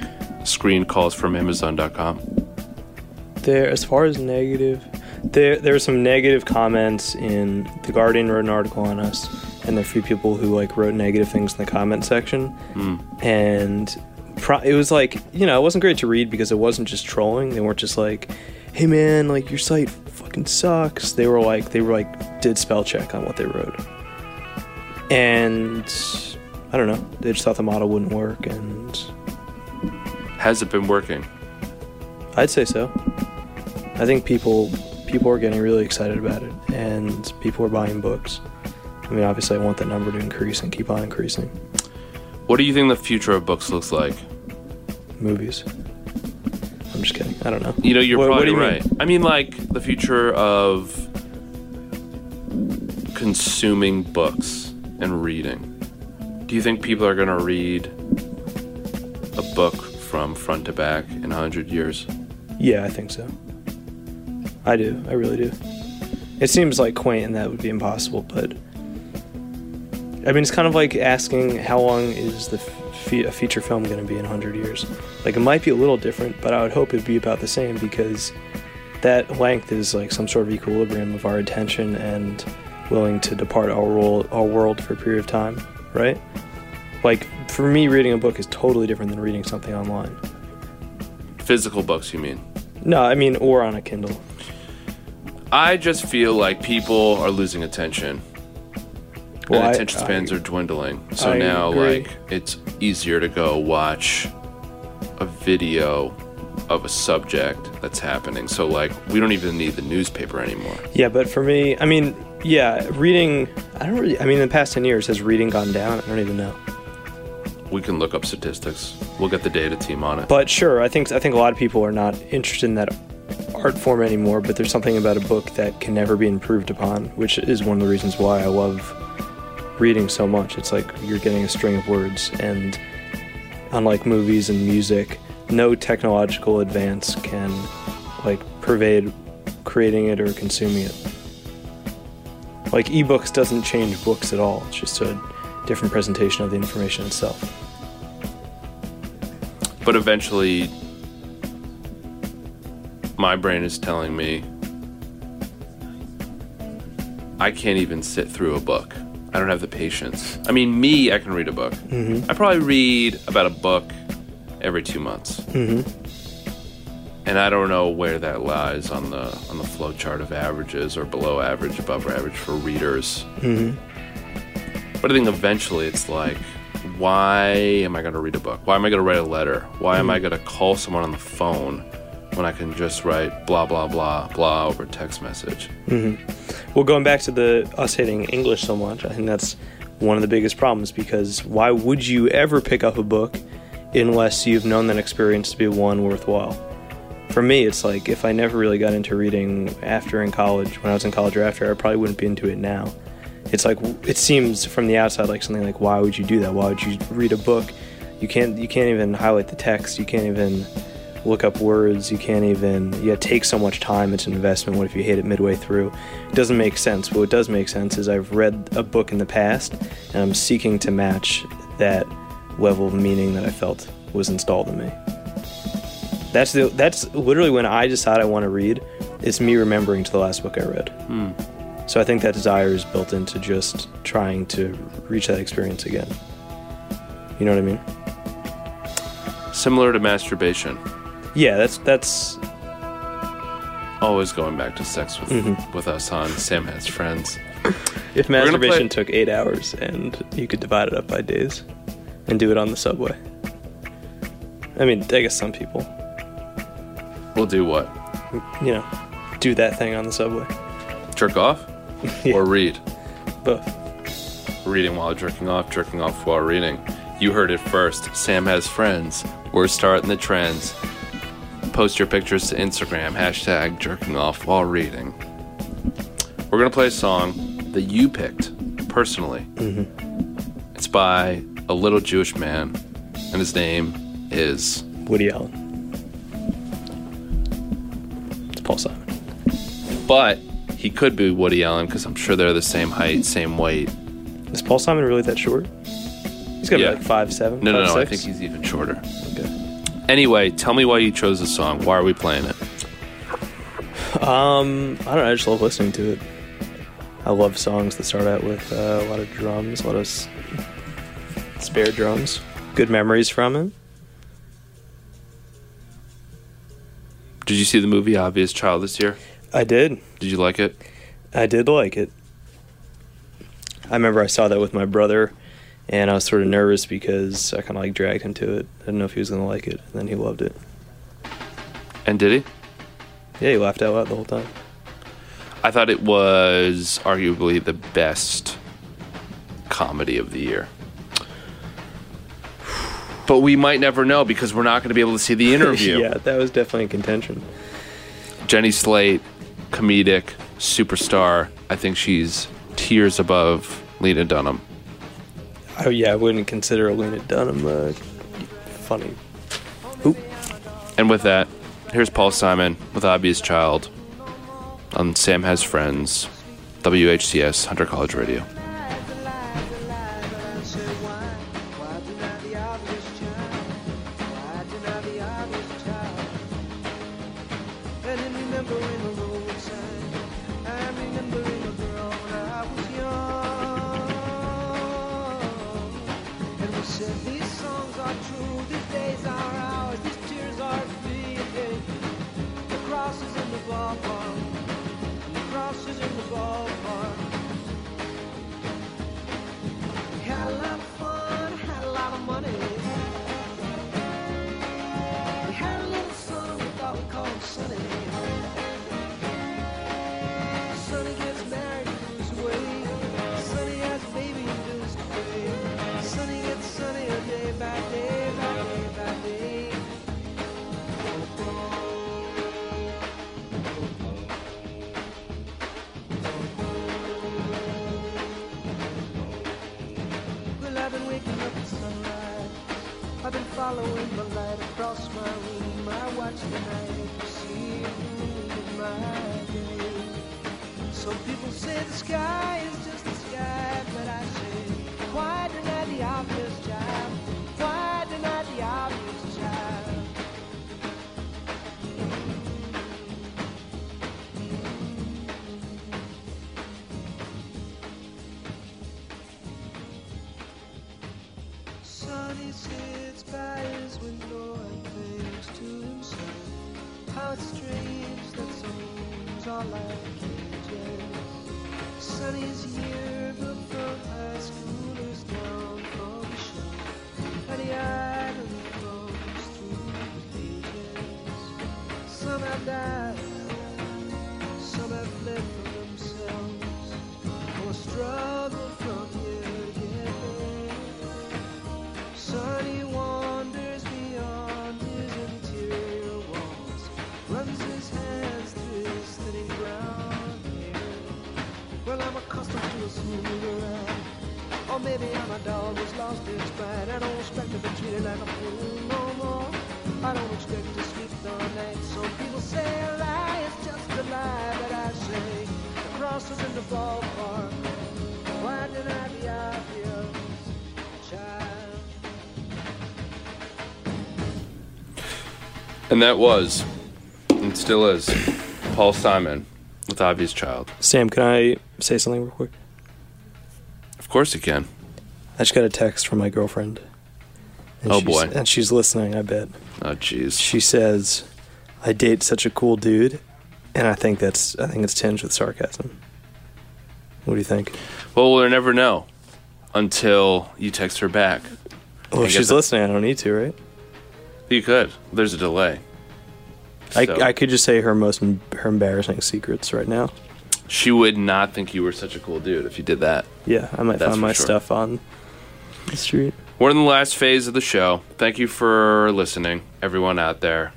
screen calls from Amazon.com?
There, as far as negative, there there were some negative comments in the Guardian wrote an article on us, and there are a few people who like wrote negative things in the comment section, and pro- it was like you know it wasn't great to read because it wasn't just trolling. They weren't just like, hey man, like your site fucking sucks. They were like they were like did spell check on what they wrote, and I don't know. They just thought the model wouldn't work, and
Has it been working?
I'd say so. I think people people are getting really excited about it, and people are buying books. I mean, obviously, I want that number to increase and keep on increasing.
What do you think the future of books looks like?
Movies. I'm just kidding. I don't know.
You know, you're
What- what
probably
do you mean?
right. I mean, like the future of consuming books and reading. Do you think people are going to read a book from front to back in 100 years?
Yeah, I think so. I do. I really do. It seems like quaint and that would be impossible, but I mean, it's kind of like asking how long is the fe- a feature film going to be in 100 years? Like, it might be a little different, but I would hope it'd be about the same because that length is like some sort of equilibrium of our attention and willing to depart our world, our world for a period of time, right? Like, for me, reading a book is totally different than reading something online.
Physical books, you mean?
No, I mean, or on a Kindle.
I just feel like people are losing attention.
Well, I-
and attention spans
I-
are dwindling. So
I
now,
agree.
like, it's easier to go watch a video of a subject that's happening. So, like, we don't even need the newspaper anymore.
Yeah, but for me, I mean, yeah, reading. I don't really. I mean, in the past ten years, has reading gone down? I don't even know.
We can look up statistics. We'll get the data team on it.
But sure, I think I think a lot of people are not interested in that art form anymore. But there's something about a book that can never be improved upon, which is one of the reasons why I love reading so much. It's like you're getting a string of words, and unlike movies and music, no technological advance can like pervade creating it or consuming it. Like ebooks doesn't change books at all. It's just a different presentation of the information itself.
But eventually, my brain is telling me I can't even sit through a book. I don't have the patience. I mean, me, I can read a book. I probably read about a book every two months, and I don't know where that lies on the on the flow chart of averages or below average, above average for readers. But I think eventually it's like, why am I going to read a book? Why am I going to write a letter? Why am I going to call someone on the phone when I can just write blah, blah, blah, blah over text message?
Well, going back to the us hating English so much, I think that's one of the biggest problems because why would you ever pick up a book unless you've known that experience to be one worthwhile? For me, it's like if I never really got into reading after in college, when I was in college or after, I probably wouldn't be into it now. It's like it seems from the outside like something like why would you do that? Why would you read a book? You can't you can't even highlight the text. You can't even look up words. You can't even, yeah, it takes so much time. It's an investment. What if you hate it midway through? It doesn't make sense. What does make sense is I've read a book in the past and I'm seeking to match that level of meaning that I felt was installed in me. That's the, that's literally when I decide I want to read. It's me remembering to the last book I read. So I think that desire is built into just trying to reach that experience again. You know what I mean?
Similar to masturbation,
Yeah, that's that's
always going back to sex with, with us on Sam Has Friends.
If
gonna play-
masturbation took eight hours and you could divide it up by days and do it on the subway. I mean, I guess some people,
We'll do what?
you know, do that thing on the subway.
Jerk off
Yeah.
or read?
Both.
Reading while jerking off, jerking off while reading. You heard it first. Sam Has Friends. We're starting the trends. Post your pictures to Instagram. Hashtag jerking off while reading. We're going to play a song that you picked personally.
Mm-hmm.
It's by a little Jewish man, and his name is.
Woody Allen. It's Paul Simon.
But he could be Woody Allen because I'm sure they're the same height, same weight.
Is Paul Simon really that short? He's got to
Yeah.
be like five seven.
No, no,
five,
no. I
six?
think he's even shorter.
Okay.
Anyway, tell me why you chose this song. Why are we playing it?
Um, I don't know. I just love listening to it. I love songs that start out with uh, a lot of drums, a lot of s- spare drums. Good memories from it.
Did you see the movie Obvious Child this year?
I did.
Did you like it?
I did like it. I remember I saw that with my brother, and I was sort of nervous because I kind of like dragged him to it. I didn't know if he was gonna like it, and then he loved it.
And did he?
Yeah, he laughed out loud the whole time.
I thought it was arguably the best comedy of the year. But we might never know because we're not going to be able to see the interview.
yeah, that was definitely in contention.
Jenny Slate, comedic superstar. I think she's tiers above Lena Dunham.
Oh yeah, I wouldn't consider Lena Dunham uh, funny.
And with that, here's Paul Simon with Obvious Child on Sam Has Friends, WHCS Hunter College Radio.
And I'm remembering a roadside. I'm remembering a girl when I was young. And we said these songs are true, these days are ours, these tears are fleeting. The cross is in the ballpark. The cross is in the ballpark. Had a lot of fun, had a lot of money. We had a little son, we thought we called him Sonny. Sonny gets married and moves away. Sonny has a baby and bills to pay. Sonny gets sunnier day by day by day by day. Well, I've been waking up at sunrise. I've been following the light across my room. I watch the night to see if my day. Some people say the sky is just the sky, but I say, why deny the obvious child? Why deny the obvious child? more like cages. Sunny's here, but from high schoolers down from the shore. And the idol comes through the pages. Some have died, some have fled for themselves, or struggle from here to get there. Sunny wanders beyond his interior walls, runs his hands through his steady brown hair. Well, I'm accustomed to a smooth ride. Or maybe I'm a dog who's lost his stride. I don't expect to be treated like a fool no more. I don't expect to sleep the night. Some people say a lie is just a lie, but I say the cross is in the ballpark. Why did I be out here, child?
And that was, and still is, Paul Simon with Obvious Child.
Sam, can I say something real quick?
Of course you can.
I just got a text from my girlfriend. And
Oh,
she's-
boy.
And she's listening, I bet.
Oh, jeez.
She says, "I date such a cool dude," and I think that's I think it's tinged with sarcasm. What do you think?
Well, we'll never know until you text her back.
Well, if
guess
she's
that-
listening. I don't need to, right?
You could. There's a delay. So-
I, I could just say her most em- her embarrassing secrets right now.
She would not think you were such a cool dude if you did that.
Yeah, I might
That's
find
for
my
sure.
stuff on the street.
We're in the last phase of the show. Thank you for listening, everyone out there.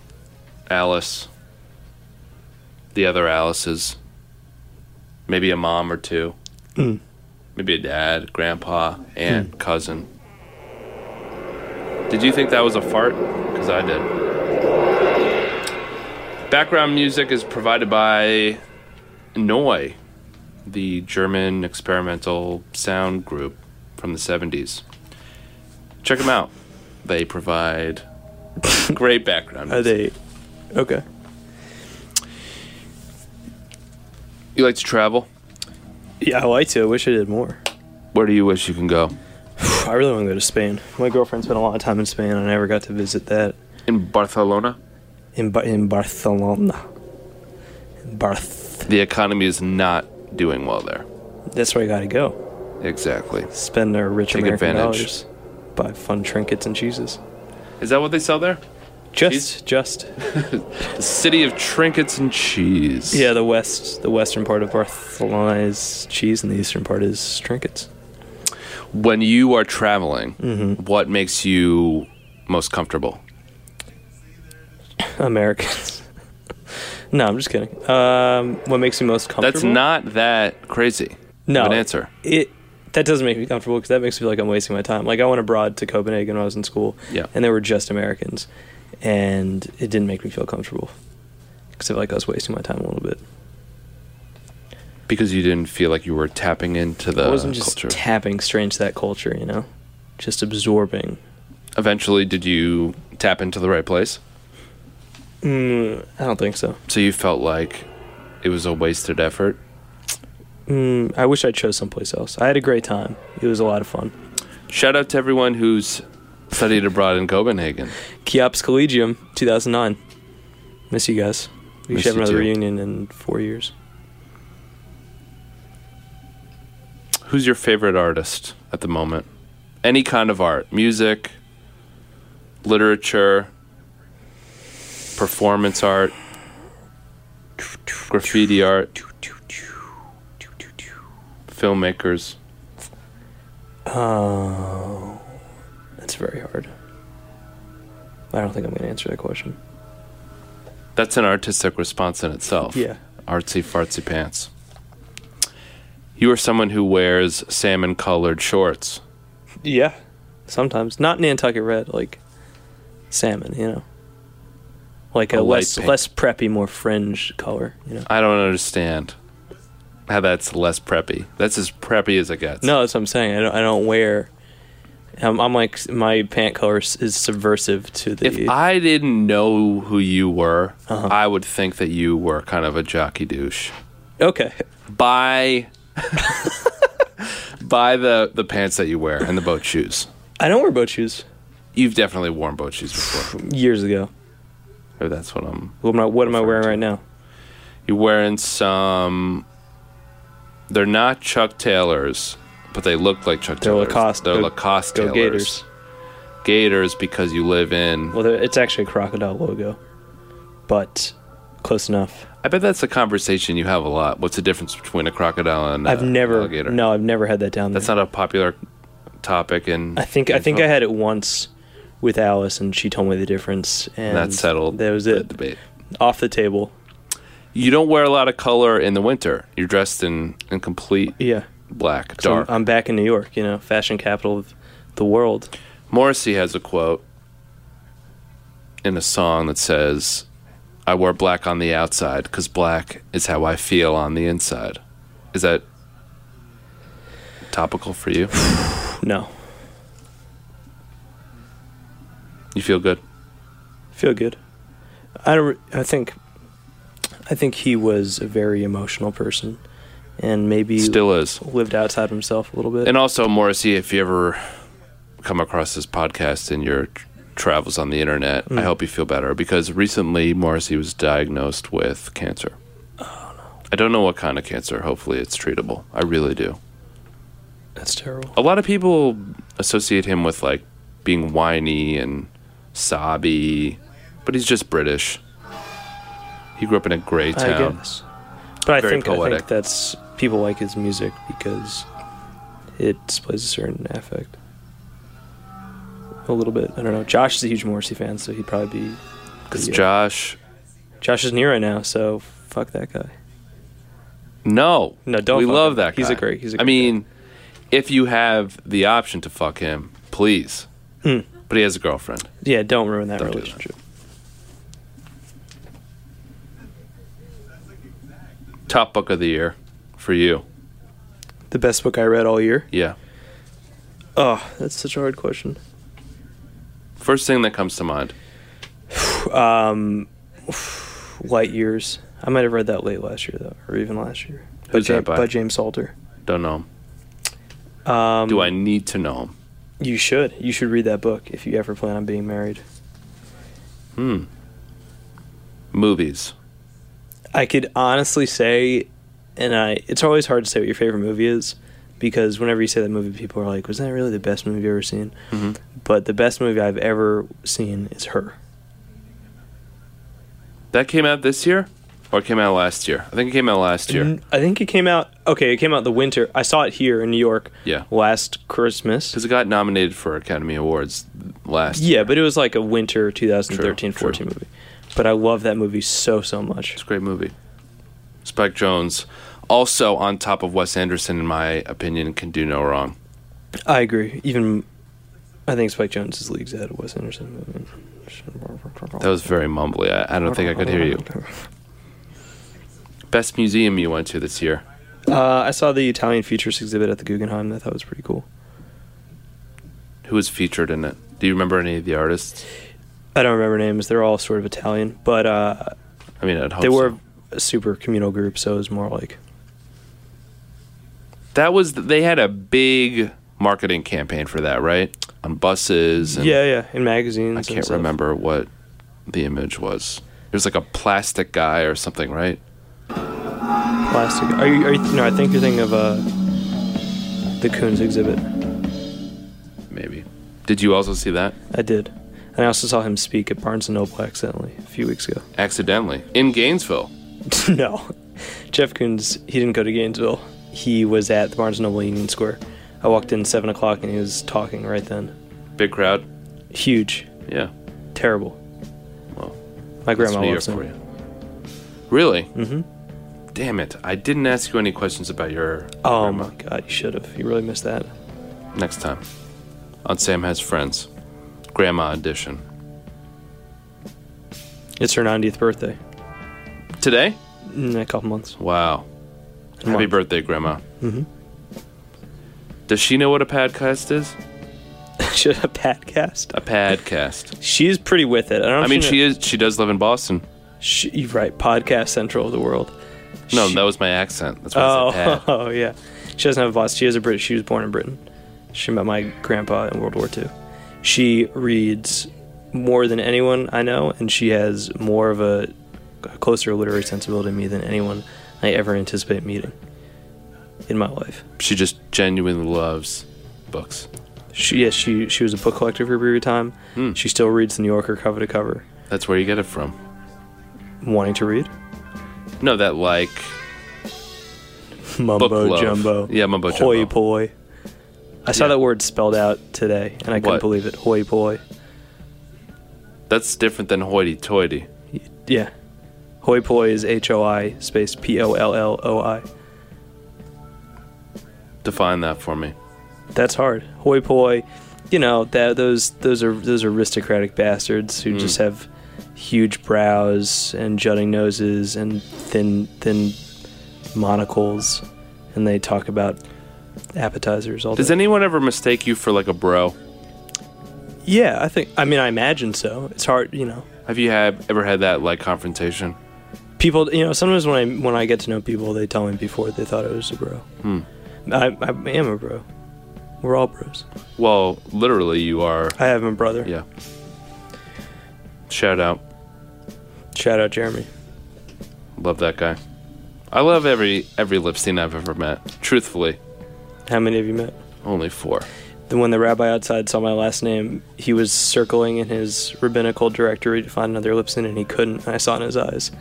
Alice, the other Alices, maybe a mom or two, maybe a dad, grandpa, aunt, cousin. Did you think that was a fart? Because I did. Background music is provided by Neu, the German experimental sound group from the 70s check them out. They provide great background.
Are they okay?
You like to travel?
Yeah, I like to. I wish I did more.
Where do you wish you can go?
I really want to go to Spain. My girlfriend spent a lot of time in Spain, and I never got to visit that
In Barcelona,
in Ba- in Barcelona. In Barth.
the economy is not doing well there.
That's where I got to go.
Exactly.
spend their rich
Take
American
advantage.
dollars, buy fun trinkets and cheeses.
Is that what they sell there?
Just,
Cheese?
just
The city of trinkets and cheese.
yeah. The west, the western part of Barcelona is cheese, and the eastern part is trinkets.
When you are traveling, what makes you most comfortable?
Americans. no, I'm just kidding. Um, what makes you most comfortable?
That's not that crazy.
no
of an answer.
It that doesn't make me comfortable because that makes me feel like I'm wasting my time. Like I went abroad to Copenhagen when I was in school,
Yeah.
and there were just Americans, and it didn't make me feel comfortable because I feel like I was wasting my time a little bit.
Because you didn't feel like you were tapping into the
I wasn't just
culture.
tapping straight into that culture, you know, just absorbing.
Eventually, did you tap into the right place?
Mm, I don't think so.
So you felt like it was a wasted effort?
Mm, I wish I chose someplace else. I had a great time. It was a lot of fun.
Shout out to everyone who's studied abroad in Copenhagen.
Kiops Collegium, 2009. Miss you guys. We
Miss
should have
you
another
too.
reunion in four years.
Who's your favorite artist at the moment? Any kind of art, music, literature, performance art, graffiti art, filmmakers.
Oh, that's very hard. I don't think I'm going to answer that question.
That's an artistic response in itself.
Yeah.
Artsy fartsy pants. You are someone who wears salmon colored shorts.
Yeah. Sometimes. Not Nantucket Red, like salmon, you know. Like
A
a,
light
less
pink.
less preppy, more fringe color, you know.
I don't understand how that's less preppy. That's as preppy as it gets.
No, that's what I'm saying. I don't. I don't wear. I'm, I'm like my pant color s- is subversive to the.
If I didn't know who you were,
Uh-huh.
I would think that you were kind of a jockey douche.
okay,
By by the the pants that you wear and the boat shoes.
I don't wear boat shoes.
You've definitely worn boat shoes before.
Years ago.
Or that's what I'm.
What am I? What am I wearing right now?
You're You're wearing some. They're not Chuck Taylors, but they look like Chuck
They're
Taylors.
Lacoste.
They're
Go-
Lacoste
go
Taylors.
Gators.
Gators because you live in.
Well, there- it's actually a crocodile logo, but close enough.
I bet that's a conversation you have a lot. What's the difference between a crocodile and
I've
a
never,
alligator?
no, I've never had that down
That's
there.
not a popular topic. In
I think I
in
think
film.
I had it once with Alice, and she told me the difference,
And
and
that settled.
That was
the
it.
Debate.
Off the table.
You don't wear a lot of color in the winter. You're dressed in in complete
Yeah.
black,
So I'm-
dark.
I'm back in New York, you know, fashion capital of the world.
Morrissey has a quote in a song that says, "I wear black on the outside because black is how I feel on the inside." Is that topical for you?
No,
You feel good?
feel good. I don't. re- I think. I think he was a very emotional person, and maybe
Still is.
lived outside of himself a little bit.
And also, Morrissey, if you ever come across this podcast in your tr- travels on the internet,
Mm.
I hope you feel better because recently Morrissey was diagnosed with cancer.
Oh,
I don't know what kind of cancer. Hopefully, it's treatable. I really do.
That's terrible.
A lot of people associate him with like being whiny and sobby, but he's just British. He grew up in a grey
I
town.
guess. But I
Very
think, I
poetic.
think that's people like his music because it displays a certain affect. A little bit. I don't know. Josh is a huge Morrissey fan, so he'd probably be.
Because
Yeah.
Josh,
Josh isn't here right now, so fuck that guy.
No,
No, don't
We
fuck
love
him.
that.
He's a
guy.
great- he's
I
a great
mean, if you have the option to fuck him, please.
Hmm.
But he has a girlfriend.
Yeah, don't ruin that
Don't do that.
relationship.
Top book of the year for you.
The best book I read all year.
Yeah.
Oh, that's such a hard question.
First thing that comes to mind.
Um, Light Years. I might have read that late last year though, or even last year.
Who's
by, Ja-
that by?
by James Salter.
Don't know him.
Um,
Do I need to know him?
You should. You should read that book if you ever plan on being married.
Hmm. Movies.
I could honestly say, and I it's always hard to say what your favorite movie is because whenever you say that movie, people are like, "Was that really the best movie you've ever seen?"
Mhm.
But the best movie I've ever seen is Her.
That came out this year, or it came out last year. I think it came out last year.
N- I think it came out. Okay, it came out the winter. I saw it here in New York.
Yeah.
Last Christmas.
Because it got nominated for Academy Awards last.
Yeah, but it was like a winter 2013
True,
14 movie. But I love that movie so so much.
It's a great movie. Spike Jones, also on top of Wes Anderson, in my opinion, can do no wrong.
I agree. Even I think Spike Jones is leagues ahead of Wes Anderson.
That was very mumbly. I, I don't think I could hear you. Best museum you went to this year?
Uh, I saw the Italian features exhibit at the Guggenheim. That I thought was pretty cool.
Who was featured in it? Do you remember any of the artists?
I don't remember names. They're all sort of Italian, but uh,
I mean, I'd hope
they were
so.
a super communal group, so it was more like
That was they had a big marketing campaign for that, right? On buses. And
yeah, yeah, in magazines.
I
and
can't
stuff.
remember what the image was. It was like a plastic guy or something, right?
Plastic. Are you? Are you no, I think you're thinking of uh, the Coons exhibit.
Maybe. Did you also see that?
I did, and I also saw him speak at Barnes and Noble accidentally a few weeks ago.
Accidentally in Gainesville.
no, Jeff Koons. He didn't go to Gainesville. He was at the Barnes and Noble Union Square. I walked in seven o'clock, and he was talking right then.
Big crowd.
Huge,
Yeah.
terrible.
Well,
My
that's
grandma
New
loves
York
him.
you. Really? Mm-hmm. Damn it! I didn't ask you any questions about your.
Oh
grandma.
my god, you should have. You really missed that.
next time on Sam Has Friends, Grandma Edition.
It's her 90th birthday
Today?
in a couple months.
Wow. Happy
Month.
birthday, Grandma. Mm-hmm. Does she know what a podcast is?
should have podcast.
A podcast.
She's pretty with it. I don't.
I mean, she is. She does live in Boston.
she you're right. Podcast central of the world.
No,
She-
that was my accent. That's why I said
Oh,
pad.
oh yeah. She doesn't have a boss. She is a British. She was born in Britain. She met my grandpa in World War II. She reads more than anyone I know, and she has more of a a closer literary sensibility to me than anyone I ever anticipate meeting in my life.
She just genuinely loves books.
She, yes, she she was a book collector for a period of time.
Hmm.
She still reads the New Yorker cover to cover,
That's where you get it from.
wanting to read
No, that like
mumbo
book love.
jumbo.
Yeah, mumbo
Hoi
jumbo.
poi. I saw
Yeah.
that word spelled out today, and I couldn't
What?
believe it. Hoi poi.
that's different than hoity-toity.
Yeah. Hoi poi is H O I space P O L L O I.
Define that for me.
That's hard. Hoi poi, you know that those those are those aristocratic bastards who just have huge brows and jutting noses and thin thin monocles, and they talk about appetizers all
Does
day.
anyone ever mistake you for like a bro?
yeah, I think. I mean, I imagine so. It's hard, you know.
Have you had ever had that like confrontation?
people you know sometimes when i when i get to know people they tell me before they thought i was a bro I, I am a bro we're all bros
Well, literally, you are.
i have a brother
Yeah. Shout out.
shout out jeremy
Love that guy. I love every every Lipstein I've ever met. Truthfully,
how many of you met
only four.
then when the rabbi outside saw my last name he was circling in his rabbinical directory to find another lipson and he couldn't and i saw it in his eyes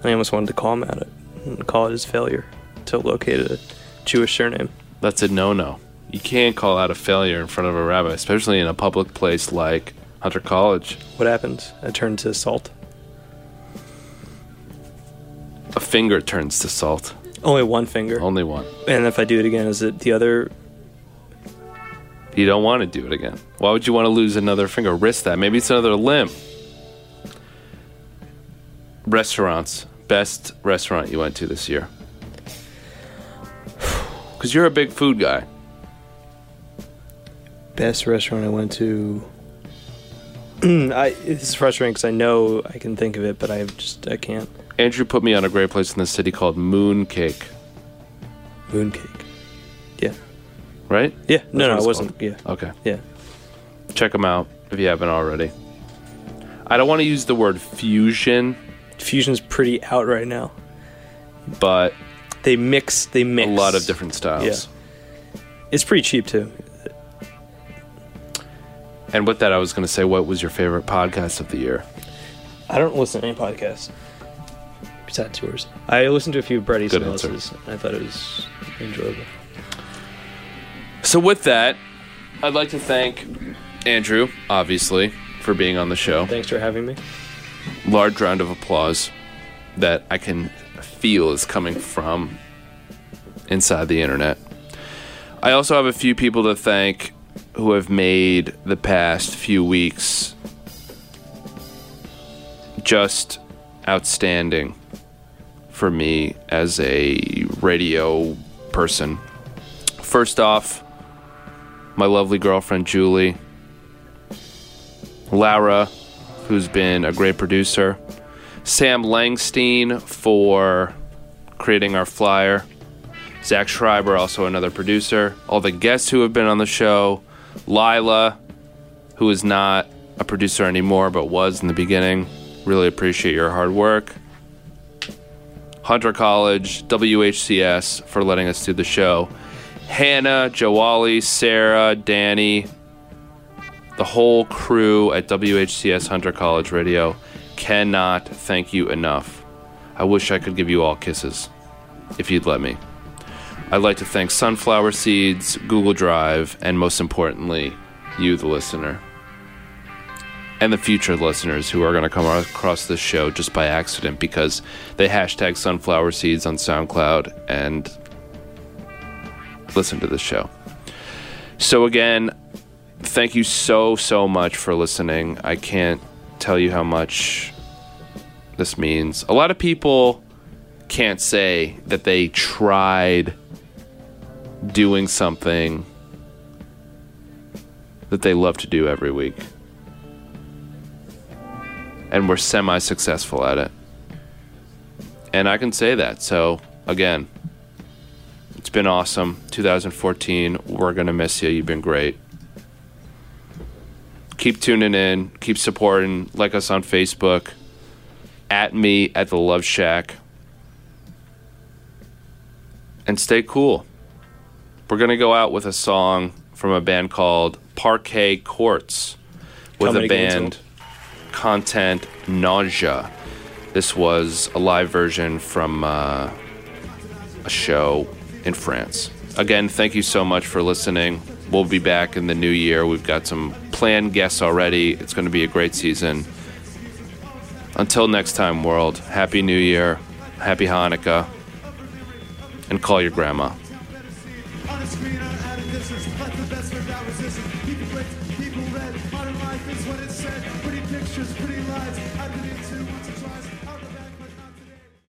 and i almost wanted to call him at it and call it his failure to locate a jewish surname
That's a no-no. You can't call out a failure in front of a rabbi, especially in a public place like Hunter College.
what happens i turned to salt
A finger turns to salt.
only one finger
Only one.
and if i do it again is it the other
You don't want to do it again. Why would you want to lose another finger? Risk that. Maybe it's another limb. Restaurants. Best restaurant you went to this year. Because you're a big food guy.
best restaurant I went to. I it's frustrating because I know I can think of it, but I just I can't.
Andrew put me on a great place in the city called Mooncake,
Mooncake. Yeah.
right?
Yeah.
That's
No, no, it
what it's
wasn't. Yeah.
Okay.
Yeah.
Check them out if you haven't already. I don't want to use the word fusion,
Fusion's pretty out right now.
but
They mix. They mix
a lot of different styles.
It's pretty cheap too.
And with that, I was going to say, what was your favorite podcast of the year?
I don't listen to any podcasts besides yours. I listened to a few Brett Easton
answer.
Ellis's, and I thought it was enjoyable.
So with that, I'd like to thank Andrew, obviously, for being on the show.
Thanks for having me.
Large round of applause that I can feel is coming from inside the internet. I also have a few people to thank who have made the past few weeks just outstanding for me as a radio person. First off, my lovely girlfriend Julie, Lara, who's been a great producer, Sam Langstein for creating our flyer, Zach Schreiber, also another producer, all the guests who have been on the show, Lila, who is not a producer anymore but was in the beginning. Really appreciate your hard work. Hunter College, WHCS for letting us do the show. Hannah, Joali, Sarah, Danny, the whole crew at WHCS Hunter College Radio cannot thank you enough. I wish I could give you all kisses if you'd let me. I'd like to thank Sunflower Seeds, Google Drive, and most importantly, you, the listener, and the future listeners who are going to come across this show just by accident because they hashtag Sunflower Seeds on SoundCloud and listen to the show. So, again, thank you so so much for listening i can't tell you how much this means a lot of people can't say that they tried doing something that they love to do every week and we're semi successful at it and i can say that so again it's been awesome 2014 we're gonna miss you you've been great keep tuning in, keep supporting, like us on Facebook, at me at the Love Shack. And stay cool. We're going to go out with a song from a band called Parquet Courts with
Comedy
a band Content Nausea. This was a live version from uh, a show in France. Again, thank you so much for listening. We'll be back in the new year. We've got some planned guests already. It's going to be a great season. Until next time, world, Happy New Year, Happy Hanukkah, and call your grandma.
On the screen, on out of distance, but the best without resistance. People blinked, people read, modern life is what it said. Pretty pictures, pretty lies, I've been into what's